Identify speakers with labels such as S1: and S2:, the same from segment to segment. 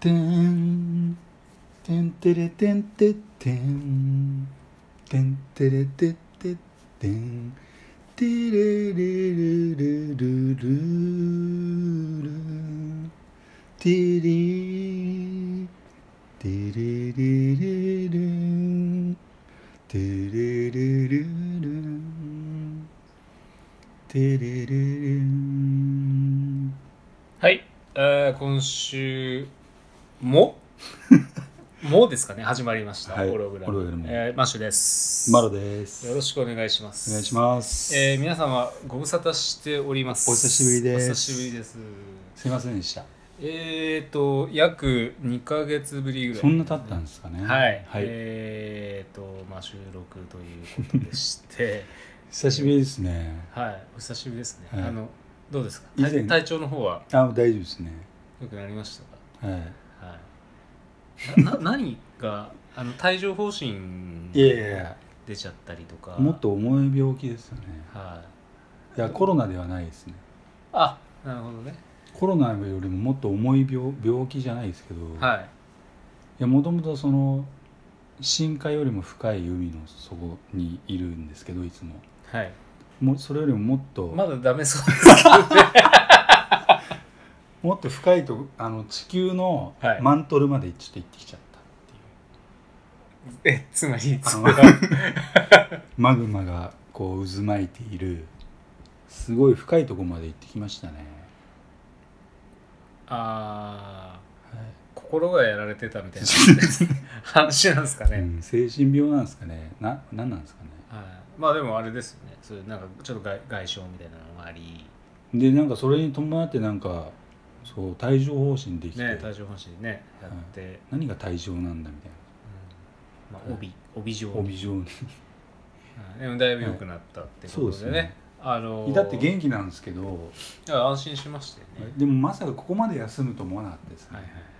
S1: てんてんてれてんてってんてんてれてってってんてれれるるるるるてりてれれれるてれれるるてれれれん
S2: はい、えー今週 ももですかね始まりました、
S1: はい
S2: ホログラ
S1: ホログラ
S2: ム
S1: ム、
S2: えーマッシュです
S1: マロです
S2: よろしくお願いします
S1: お願いします
S2: えー皆様ご無沙汰しております
S1: お久しぶりです
S2: お久しぶりです
S1: すいませんでした
S2: えっ、ー、と約2ヶ月ぶりぐらい
S1: そんな経ったんですかね
S2: はい、
S1: はい
S2: えっ、ー、とまあ収録ということでして
S1: 久しぶりですね
S2: はいお久しぶりですね、
S1: はい
S2: あのどうですか
S1: 以前
S2: 体体調の方は
S1: あ大丈夫ですね
S2: 良くなりましたか
S1: は
S2: はい、なな 何があの帯状疱疹
S1: いいやいやいや
S2: 出ちゃったりとか
S1: もっ、と重い病気ですよね
S2: はい、
S1: いやコロナではないですね
S2: あなるほどね
S1: コロナよりももっと重い病病気じゃないですけど、い
S2: はい
S1: やもともとその深海よりも深い海の底にいるんですけどいつも
S2: はい
S1: もうそれよりももっと、
S2: まだダメそうですけどね
S1: もっと深いとあの地球の
S2: はい
S1: マントルまでちょっと行ってきちゃったっていう、
S2: えつまりそ
S1: あ
S2: れ
S1: の
S2: は
S1: マグマがこう渦巻いているすごい深いところまで行ってきましたね、
S2: あ
S1: は
S2: ー心がやられてた みたいな話なんですか
S1: い
S2: ね、
S1: うん、精神病なんですかねな何なんですかね
S2: はい、まあでもあれですよねそういうなんかちょっと外外傷みたいなのがあり
S1: でなんかそれに伴ってなんかそう帯状疱疹できて、
S2: ね帯状疱疹ねやって、うん
S1: 何が帯状なんだみたい
S2: まあ、帯帯状
S1: な帯状に
S2: うんでもだいぶ良くなったってこ
S1: はい
S2: とでね,、
S1: そうですね
S2: あのー
S1: 至って元気なんですけど
S2: いや安心しましたよね、
S1: でもまさかここまで休むと思わなかったですね、
S2: はいはいはい
S1: はい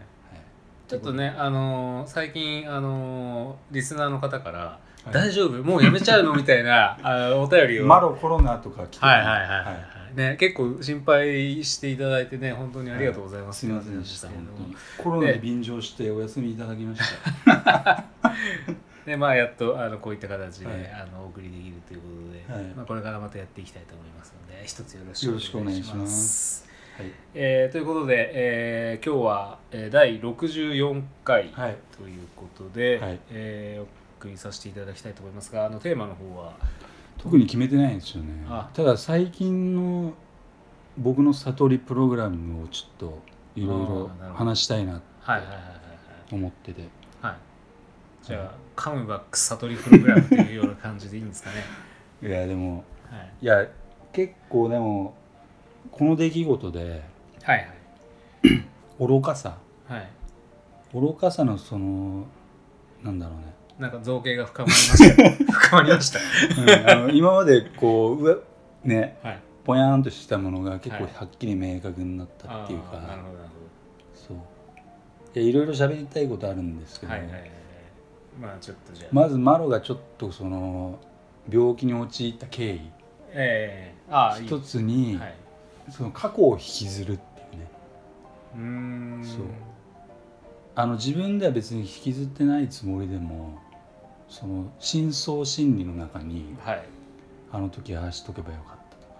S2: ちょっとねあのー最近あのーリスナーの方から「
S1: はい
S2: 大丈夫もうやめちゃうの?」みた いなあのお便りを
S1: マロコロナとか来てた
S2: はいはいはいはい、ね、結構心配していただいてね本当にありがとうございます、
S1: すみませんでした
S2: って
S1: 本
S2: 感
S1: 当
S2: じで
S1: に
S2: す
S1: コロナで便乗してお休みいただきました
S2: けどでまあやっとあのこういった形で、
S1: はい
S2: あのお送りできるということ
S1: は
S2: で、
S1: い
S2: まあ、これからまたやっていきたいと思いますので一つよろ
S1: よろし
S2: しく
S1: くお
S2: お
S1: 願
S2: 願
S1: い
S2: い
S1: し
S2: し
S1: ま
S2: ますす。
S1: はい
S2: えーということで、えー今日は、えー第64回
S1: はい
S2: ということで、
S1: はい
S2: えーお送りさせていただきたいと思いますがあのテーマの方は
S1: 特に決めてないんですよね
S2: あ
S1: ただ最近の僕の悟りプログラムをちょっといろい
S2: あーな
S1: ろ
S2: るほど
S1: 話したいな
S2: はいはいはいはい
S1: と思ってて
S2: はいはいじゃあ、カムバック悟りプログラムというような感じでいいんですかね
S1: いやでも
S2: はい
S1: いや結構でもこの出来事で
S2: はい
S1: 愚かさ
S2: はいはい
S1: 愚かさのそのなんだろうね
S2: なんか造形が深まり ました深まりました
S1: うんあの 今までこううわね
S2: はい
S1: ぽやーんとしてたものが結構
S2: はい
S1: はっきり明確になったっていうか、
S2: あーなるほどなる
S1: そういやいろいろ喋りたいことあるんですけ
S2: ほど
S1: ど、
S2: はいはいはいはいまあちょっとじゃあ、
S1: まずマロがちょっとその病気に陥った経緯
S2: えー、ああいい
S1: 一つに、
S2: はい、
S1: その過去を引きずるっていうね
S2: うーん
S1: そうあの自分では別に引きずってないつもりでもその深層心理の中に
S2: はい
S1: あの時ああしとけばよかったと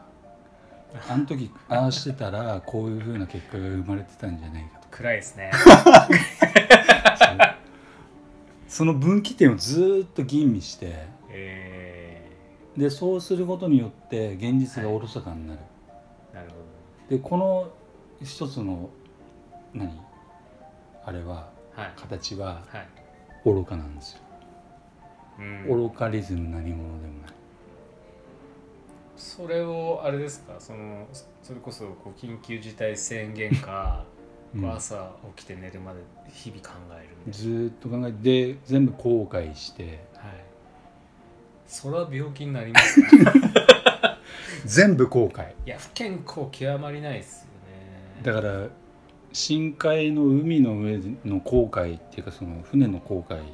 S1: かあの時ああしてたらこういうふうな結果が生まれてたんじゃないかとか
S2: 暗いですね
S1: その分岐点をずーっと吟味して
S2: え
S1: でそうすることによって現実がおろそかになる、
S2: ー、なるほ
S1: でこの一つの何あれは
S2: どはい
S1: 形は
S2: はい
S1: 愚かなんですよ、
S2: うん、
S1: 愚かリズム何者でもない
S2: それをあれですかそのそそれこそこう緊急事態宣言か、
S1: うん
S2: こう朝起きて寝るまで日々考えるみたい
S1: ずーっと考えてで全部後悔して
S2: な、はい、それは病気にな りますね
S1: 全部後悔
S2: いや不健康極まりないですよね
S1: だから深海の海の上の後悔っていうかその船の後悔
S2: はい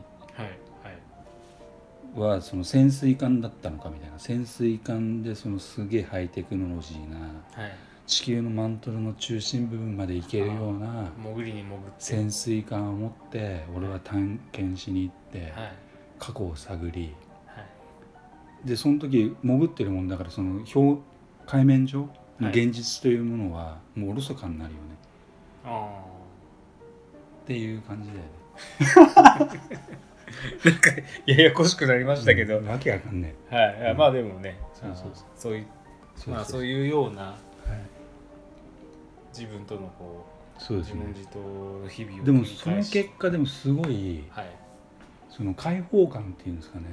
S2: はい
S1: はその潜水艦だったのかみたいな潜水艦でそのすげえハイテクノロジーな
S2: はい
S1: 地球のマントルの中心部分まで行けるような
S2: 潜りに潜って
S1: 潜水艦を持って俺は探検しに行って
S2: はい
S1: 過去を探り
S2: はい
S1: でその時潜ってるもんだからその表海面上の現実というものはもうおろそかになるよね
S2: あ
S1: っていう感じだよね
S2: あなんかややこしくなりましたけど、
S1: うんわけわかんね
S2: はい、
S1: うん
S2: まあでもね
S1: そうそうそう
S2: あのそういう
S1: えそう
S2: まあ
S1: そ
S2: そうういうような
S1: はい
S2: 自分とのこう
S1: そうです
S2: 自問
S1: ね
S2: 自答の日々を
S1: でも
S2: 繰り
S1: そ
S2: 返
S1: の
S2: し
S1: 結果でもすごい
S2: はい
S1: その解放感っていうんですかね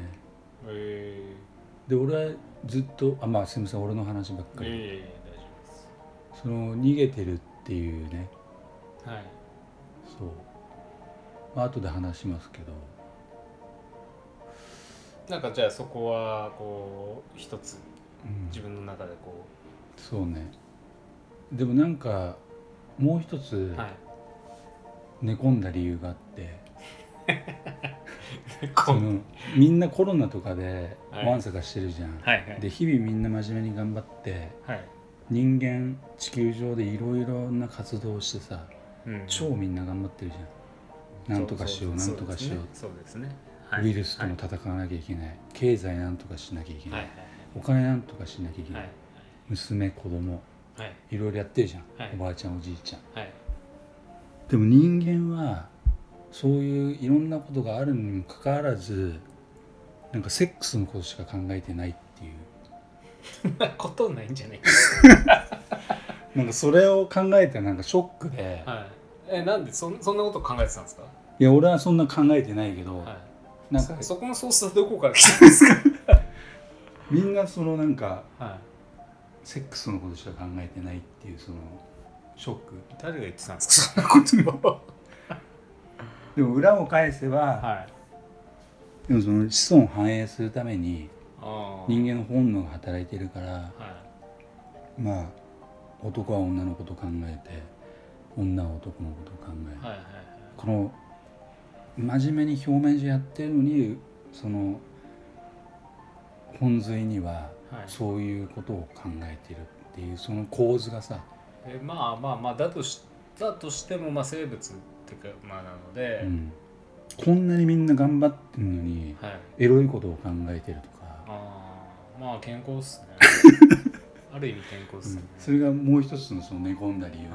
S2: え
S1: で俺はずっとあまあすみません俺の話ばっ
S2: ー、
S1: か
S2: いえい
S1: り、
S2: えいえ大丈夫です
S1: その逃げてるっていうね
S2: はい
S1: そう、まあ後で話しますけど
S2: なんかじゃあそこはこう一つ
S1: うん
S2: 自分の中でこ
S1: そうねでもなんかもう一つ
S2: う、はい
S1: 寝込んだ理由があって、
S2: こ
S1: そうのみんなコロナとかで
S2: はい
S1: わんさかしてるじゃん、
S2: はいはい
S1: で日々みんな真面目に頑張って
S2: はい
S1: 人間地球上でいろいろな活動をしてさ
S2: うん
S1: 超みんな頑張ってるじゃんなんとかしようなんとかしよう
S2: そうですね
S1: ウイルスとも
S2: はい
S1: 戦わなきゃいけない、経済なんとかしなきゃいけな、
S2: はいい
S1: お金なんとかしなきゃいけな、
S2: はいい
S1: 娘子供
S2: はいはい
S1: いろいろやってるじゃん、
S2: はい
S1: おばあちゃんおじいちゃん
S2: はい
S1: でも人間はそういういろんなことがあるにもかかわらずなんかセックスのことしか考えてないっていう
S2: そんなことないんじゃない
S1: なんかそれを考えてなんかショックで、
S2: はいえなんでそんそんなこと考えてたんですか
S1: い、や俺はそんな考えてないけど、
S2: は
S1: ないんか
S2: そそこのソースはどこから来たんですか
S1: みんなそのなんか
S2: はい
S1: セックスのことしか考えてないっていうそのショック
S2: 誰が言ってたんですかそんなことを
S1: でも裏を返せば、
S2: はい
S1: でもその子孫繁栄するために
S2: あ
S1: 人間の本能が働いてるから
S2: 間は
S1: まあ男は女のこと考えて女は男のこと考え
S2: い
S1: る、
S2: はいはい
S1: この真面目に表面上やってるのにその本髄には
S2: はいはい
S1: そういうことを考えてるっていうその構図がさ、
S2: えまあまあまあだとしだとしてもまあ生物っていうかまあなので、
S1: うんこんなにみんな頑張ってるのに
S2: はい
S1: エロいことを考えてるとか、
S2: あーまあ健康っす ねある意味健康っすね
S1: うん、それがもう一つのその寝込んだ理由ね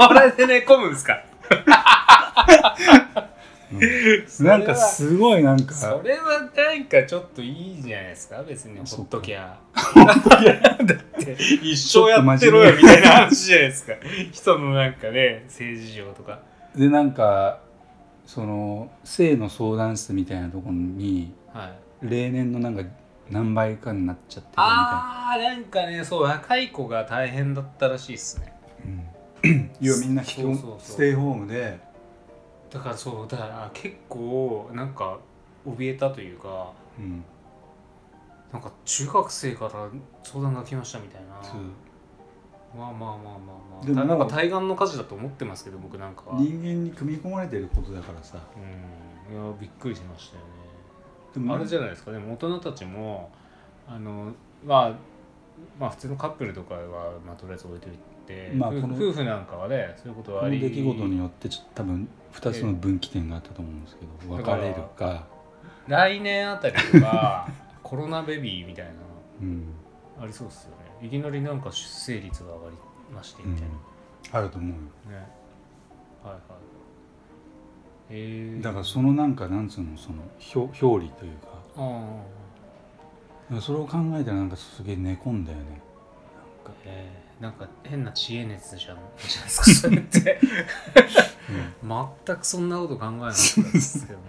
S2: あ ーあれで寝込むんですか
S1: うんなんかすごいなんか
S2: それはなんかちょっといいじゃないですか別に
S1: そ
S2: ほ
S1: っ
S2: っ
S1: か
S2: ときゃ だって一生やってろよみたいな話じゃないですか人のなんかね政治上とか
S1: でなんかその性の相談室みたいなところに
S2: はい
S1: 例年のなんか何倍かになっちゃってるみたいな
S2: あーなんかねそう若い子が大変だったらしいっすね
S1: うん、 要はみんな基本
S2: そうそうそう
S1: ステイホームで
S2: だからそうだから結構なんか怯えたというか
S1: うん
S2: なんか中学生から相談が来ましたみたいな
S1: そう
S2: まあまあまあまあまあ
S1: でも
S2: なん
S1: な
S2: か
S1: んか
S2: 対岸の火事だと思ってますけど僕なんかは
S1: 人間に組み込まれてることだからさ
S2: うんいやびっくりしましたよね、
S1: でも
S2: あれじゃないですかでも大人たちもあのまあまあ普通のカップルとかは、まあ、とりあえず置いといて、
S1: まあ
S2: 夫
S1: この
S2: 夫婦なんかはねそういうこと
S1: こ
S2: はあ
S1: の
S2: り
S1: 出来事によってちょっと多分2つの分岐点があったと思うんですけど
S2: だ
S1: 別
S2: から
S1: れるか、
S2: 来年あたり とかコロナベビーみたいな
S1: うん
S2: のありそうですよねいきなりなんか出生率が上がりまして
S1: うん
S2: みたいな、
S1: あると思うよ
S2: ねはいはいえー、
S1: だからそのなんかなんつうのその表表裏というか
S2: あー
S1: だからそれを考えたらなんかすげえ寝込んだよね
S2: えー、なんか変な知恵熱じゃんじゃないですかそれって 全くそんなこと考えなかったですけ どね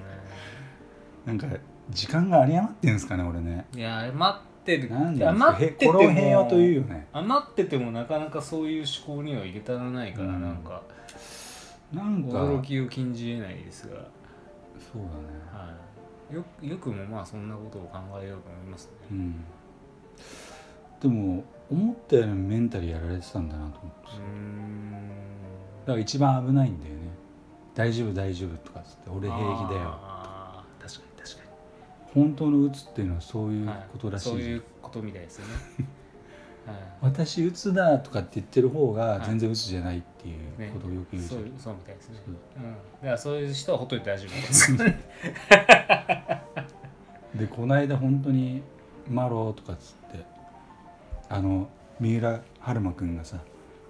S1: なんか時間が有り余ってんですかね俺ね
S2: いや待ってる
S1: なん
S2: い
S1: で
S2: や
S1: なん
S2: 待
S1: で
S2: っ
S1: す
S2: て
S1: か
S2: て
S1: へこ
S2: も
S1: れを平和というよね
S2: 余っててもなかなかそういう思考には入れたらないから、
S1: うん
S2: なんか
S1: なんか
S2: 驚きを禁じえないですが、
S1: そうだね
S2: はい、よよくもまあそんなことを考えようと思います
S1: う
S2: ね、
S1: んでも思ったよりもメンタルやられてたんだなと思って
S2: う
S1: さ
S2: ーん、
S1: だから一番危ないんだよね大丈夫大丈夫とかっつって俺平気だよ
S2: あー確かに確かに
S1: 本当の鬱っていうのはそういう
S2: はい
S1: ことらしいじゃん、
S2: そういうことみたいですね
S1: 「私うつだ」とかって言ってる方が全然うつじゃないって
S2: うん
S1: い
S2: ね
S1: うことをよく言うじ
S2: そ
S1: ゃん、
S2: うそうみたいですね
S1: そう
S2: うんだからそういう人はほっといて大丈夫です
S1: でこの間本当に「マロ」とかっつってあの三浦春馬くんがさ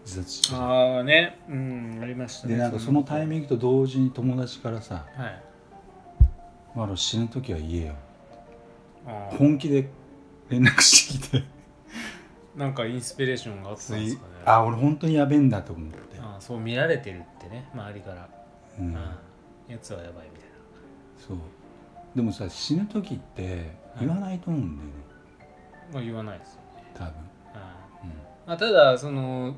S1: 自殺して
S2: ああねうんありましたね
S1: でなんかそのタイ
S2: ン
S1: ミングと同時に友達からさ
S2: グはい
S1: 「マロ死ぬ時は言えよ
S2: あ」ー
S1: 本気で連絡してきて
S2: なんかインスピレーションがあったんですかね
S1: あ俺本当にやべえんだと思って、
S2: あーそう見られてるってね周りから、
S1: う
S2: うんん、やつはやばいみたい
S1: そうでもさ死ぬ時って言わないと思うんだよね、
S2: なまあ言わないですよね、
S1: 多分、
S2: うん
S1: うん
S2: まあ、ただその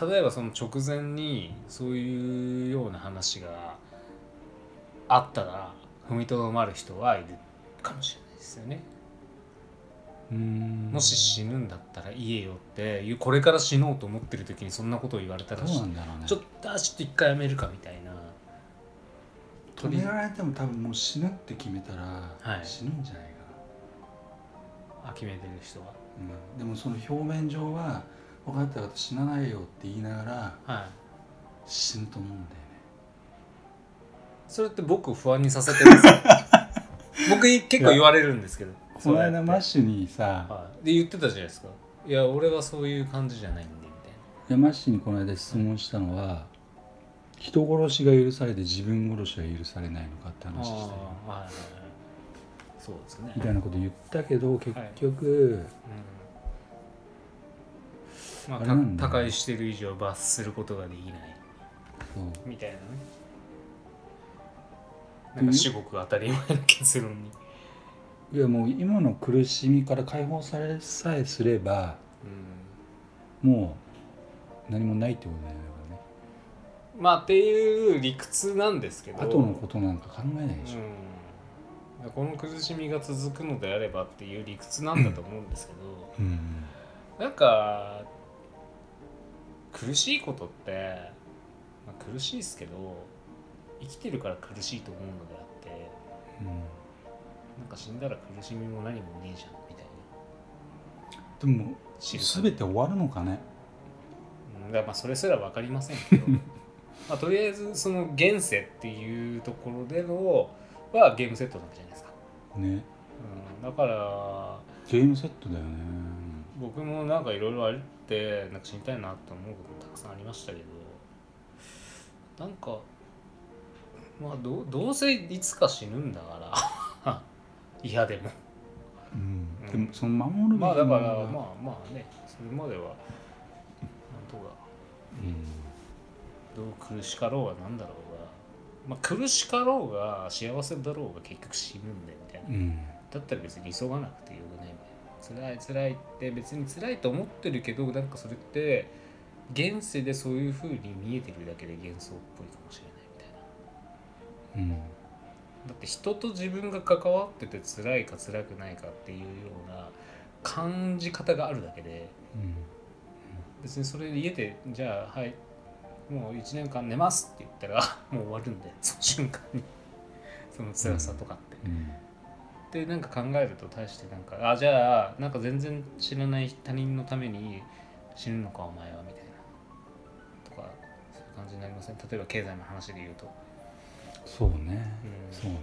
S2: 例えばその直前にそういうような話があったら踏みとどまる人はいるかもしれないですよね
S1: うーん
S2: もし死ぬんだったら言えよっていうこれから死のうと思ってる時にそんなことを言われた
S1: ど
S2: ら
S1: うなんだろうね
S2: ちょっとあちょっと一回やめるかみたいな
S1: 止められても多分もう死ぬって決めたら、
S2: はい
S1: 死ぬんじゃないか
S2: あ決めてる人は
S1: な、うん、でもその表面上は「分かった私死なないよ」って言いながら
S2: はい
S1: 死ぬと思うんだよね
S2: それって僕を不安にさせ てますよ僕結構言われるんですけど
S1: この間
S2: そう
S1: マッ
S2: やって
S1: シュにさ
S2: はい、で言ってたじゃないですかいや俺はそういう感じじゃないんでみたい
S1: いやマッシュにこの間質問したのは人殺しが許されて自分殺しは許されないのかって
S2: な
S1: 話してたよ
S2: あはいはいはいそうですね
S1: みたいなこと言ったけど結局、
S2: うんまあ
S1: あれなんだ
S2: た他界してる以上罰することができない
S1: そう
S2: みたいなねなんか至極当たり前の結論に、
S1: いやもう今の苦しみから解放されさえすればもう何もないってことだよねだか
S2: まあっていう理屈なんですけど
S1: らね後のことなんか考えないでしょ、
S2: うん、この苦しみが続くのであればっていう理屈なんだと思うんですけど
S1: うん
S2: なんか苦しいことって、まあ、苦しいですけど生きてるから苦しいと思うのであってなんか死んだら苦しみも何もねえじゃんみたいな
S1: うんでも
S2: 知る限り
S1: 全て終わるのかね
S2: うんだからまあそれすら分かりませんけ どまあとりあえずその現世っていうところでのはゲームセットなわけじゃないですか、
S1: ね
S2: うん、だから
S1: ゲームセットだよね
S2: 僕もなんかいろいろあれってなんか死にたいなって思うことたくさんありましたけどなんかまあどうどうせいつか死ぬんだから 嫌でも
S1: うん、
S2: うん
S1: でもその守るべき
S2: まあだか
S1: も
S2: ら
S1: のが
S2: まあまあねそれまではなんとかどう苦しかろうがなんだろうが、まあ、苦しかろうが幸せだろうが結局死ぬんだよみたいな
S1: うん、うん
S2: だったら別に急がなくてよくないみたいな辛い辛いって別に辛いと思ってるけどなんかそれって現世でそういう風に見えてるだけで幻想っぽいかもしれないみたいな
S1: うん
S2: だって人と自分が関わってて辛いか辛くないかっていうような感じ方があるだけで
S1: うん
S2: 別にそれで家でじゃあはいもう1年間寝ますって言ったら もう終わるんでその瞬間にその辛さとかっ
S1: う
S2: て、
S1: ん
S2: でなんか考えると大してなんかあじゃあなんか全然知らない他人のために死ぬのかお前はみたいなとかそういう感じになりません例えば経済の話で言うと、
S1: そうね、
S2: うん
S1: そうね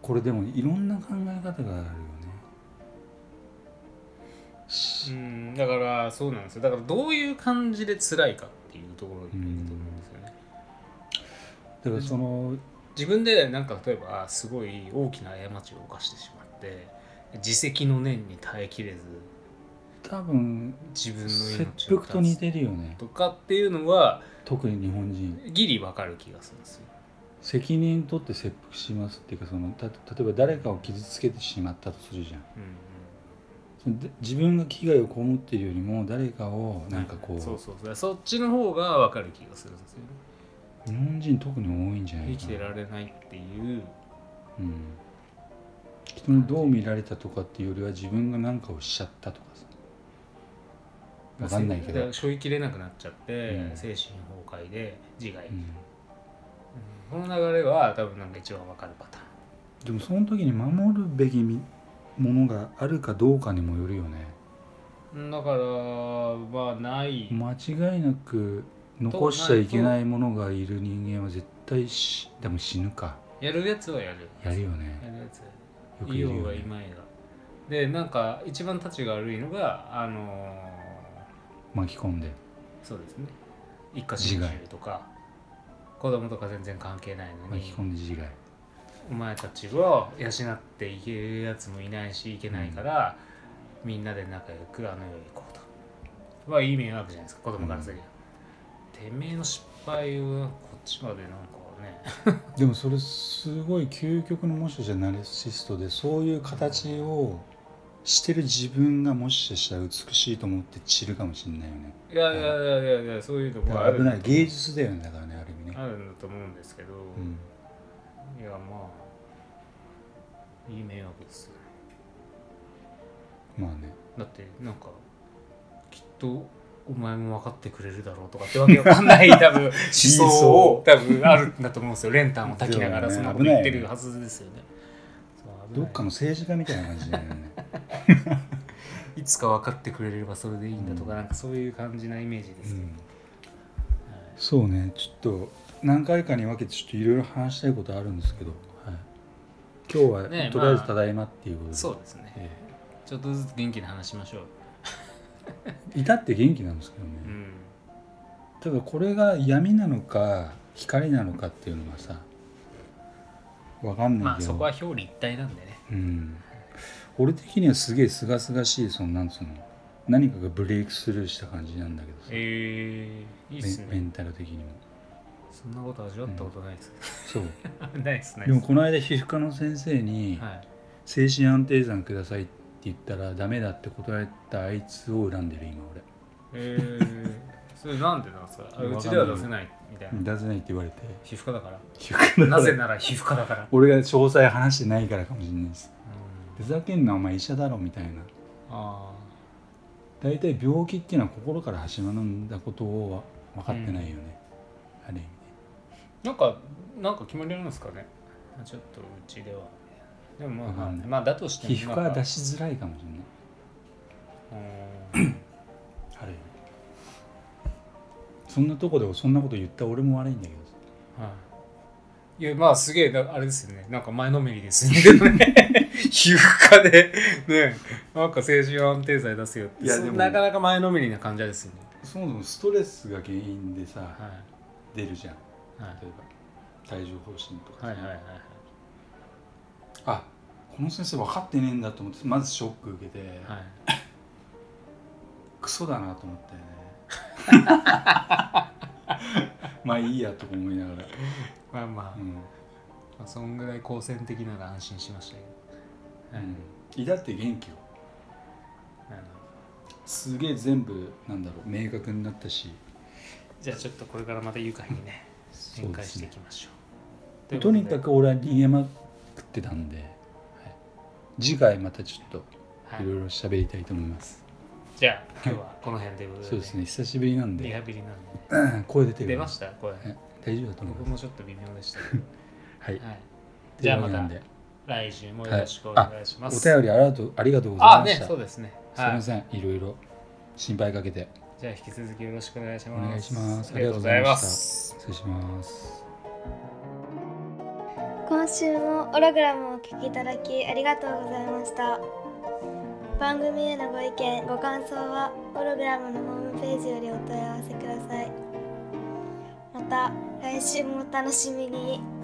S1: これでもいろんな考え方があるよねし
S2: うんだからそうなんですよだからどういう感じで辛いかっていうところにいると思うんですよね、
S1: だからその
S2: 自分でなんか例えばあすごい大きな過ちを犯してしまって自責の念に耐えきれず
S1: 多分
S2: 自分の
S1: 切
S2: 命を
S1: 腹と
S2: 絶
S1: 似
S2: つ
S1: てるよね
S2: とかっていうのは
S1: 特に日本人
S2: ギリわかる気がするんですよ
S1: 責任取って切腹しますっていうかそのた例えば誰かを傷つけてしまったとするじゃん
S2: うんうん
S1: そので自分が危害を被っているよりも誰かをなんかこう,、
S2: そうそうそうそっちの方がわかる気がするんですよね
S1: 日本人特に多いんじゃないか
S2: 生
S1: な
S2: きてられないっていう
S1: うん、人にどう見られたとかっていうよりは自分が何かをしちゃったとかさわかんないけど
S2: だから背負いきれなくなっちゃって、
S1: うん
S2: 精神崩壊で自害、
S1: うん
S2: うんこの流れは多分なんか一番わかるパターン
S1: でもその時に守るべきみものがあるかどうかにもよるよね
S2: だからまあない、
S1: 間違いなく残しちゃいけないものがいる人間は絶対しでも死ぬか
S2: やるやつはやる
S1: やるよ
S2: や
S1: ね
S2: るやつはやる
S1: よくい
S2: い
S1: る
S2: よ
S1: よ
S2: うがい
S1: ね
S2: まいがでなんか一番たちが悪いのがあの
S1: 巻き込んで
S2: ーそうですね一家心中とか子供とか全然関係ないの
S1: 巻き
S2: に
S1: 込んで自害
S2: お前たちを養っていけるやつもいないしいけないから、みんなで仲良くあの世へ行こうとはいい迷惑じゃないですか子供からすりゃ、てめえの失敗をこっちまでなんかね
S1: でもそれすごい究極のもしかしたらナルシストでそういう形をしてる自分がもしかしたら美しいと思って散るかもしれないよね
S2: いやいやいやいやいやそういうと
S1: だ
S2: こ
S1: か
S2: あ
S1: ら
S2: る
S1: 危ない芸術だよねだからねある意味ね、
S2: あるんだと思うんですけど、
S1: うん、
S2: いやまあいい迷惑ですよ
S1: まあね
S2: だってなんかきっとお前も分かってくれるだろうとかってわけわか んない多分思想を多分あるんだと思うんですよ練炭を焚きながら
S1: そう
S2: そ
S1: だよね
S2: んなこと言ってるはずですよねそう危
S1: ど
S2: ない
S1: っかの政治家みたいな感じだよ ね
S2: いつか分かってくれればそれでいいんだとか、
S1: うん
S2: なんかそういう感じなイメージで
S1: う
S2: すけど、
S1: ん
S2: はい
S1: そうねちょっと何回かに分けてちょっといろいろ話したいことあるんですけど、はい、今日は、
S2: ねえ
S1: とりあえ
S2: ま
S1: ず
S2: あ
S1: ただいまっていうことで、
S2: そうですね
S1: え
S2: ちょっとずつ元気に話しましょう
S1: えいたって元気なんですけどね、
S2: うん
S1: ただこれが闇なのか光なのかっていうのがさわかんな
S2: ま
S1: い
S2: あ
S1: け
S2: そ
S1: ど、
S2: こは表裏一体なんでね
S1: うん、俺的にはすげえ清々しいそのなんつうの何かがブレイクスルーした感じなんだけどさ
S2: えー、いいっす
S1: メメ
S2: ね
S1: ンタル的にも
S2: そんなこと味わったことないです、
S1: そう
S2: ないですね
S1: でもこの間皮膚科の先生に
S2: はい
S1: 「精神安定剤ください」って言ったらダメだって断られたあいつを恨んでる今俺
S2: えー、それなんでなんですかあ
S1: わかんないう
S2: ちでは出せないみたいな、
S1: 出せないって言われて
S2: 皮膚科 だから
S1: 皮膚科だか
S2: な
S1: ら
S2: ぜなら皮膚科だから、
S1: 俺が詳細話してないからかもしれないです
S2: うん
S1: ふざけんなお前医者だろみたいな
S2: あ
S1: 大体病気っていうのは心から始まるんだことを分かってないよね、ある意味ね
S2: ーなんかなんか決まりあるんですかねまあちょっとうちではでもまあ、
S1: わかんない
S2: まあだとしても
S1: 皮膚科は出
S2: し
S1: しづらいかもしれないある意味そんなとこでそんなこと言った俺も悪いんだけどさ
S2: はいいやまあすげえなあれですよねなんか前のめりですよね 皮膚科でねなんか精神安定剤出すよって
S1: いや
S2: そ
S1: でも
S2: なかなか前のめりな患者ですよね
S1: そもそもストレスが原因でさ、
S2: は
S1: 出るじゃん
S2: いはい
S1: 例えば帯状疱疹とかさ、
S2: はいはいはいはい
S1: あこの先生分かってねえんだと思ってまずショック受けて、
S2: はい
S1: クソだなと思 ったよねまあいいやとか思いながら、
S2: まあまあ
S1: う、ん
S2: まあ、そんぐらい好戦的なら安心しましたけど、はい
S1: うん、だって元気よ
S2: なるほ
S1: すげえ全部なんだろう明確になったし
S2: どじゃあちょっとこれからまた愉快にね展開していきましょう
S1: と,、にかく俺は逃げまくってたんで、次回またちょっと
S2: はい
S1: いろいろ喋りたいと思います、
S2: じゃあ今日はこの辺でございます
S1: そうですね久しぶりなん
S2: リハ
S1: で
S2: ビリなんでね、
S1: うん 声出てる
S2: 出ましたこれ、
S1: はい大丈夫だと思いま
S2: 僕
S1: す
S2: もちょっと微妙でしたけど、
S1: はい
S2: はい、じゃあま
S1: なん
S2: た
S1: で
S2: 来週もよろしくお願いし
S1: お
S2: ます、
S1: 便りありがとうありがとうござい
S2: あ
S1: ま
S2: ね
S1: した、
S2: そうですね
S1: すい
S2: は
S1: ま
S2: い
S1: せんいろいろ心配かけて
S2: じゃあ引き続きよろしくお願いし
S1: お
S2: ます
S1: 願いします
S2: ありがとうございま
S1: ありがとうございまし
S2: す
S1: 失礼します
S3: 今週もオログラムをお聞きいただきありがとうございました番組へのご意見ご感想はオログラムのホームページよりお問い合わせくださいまた来週もお楽しみに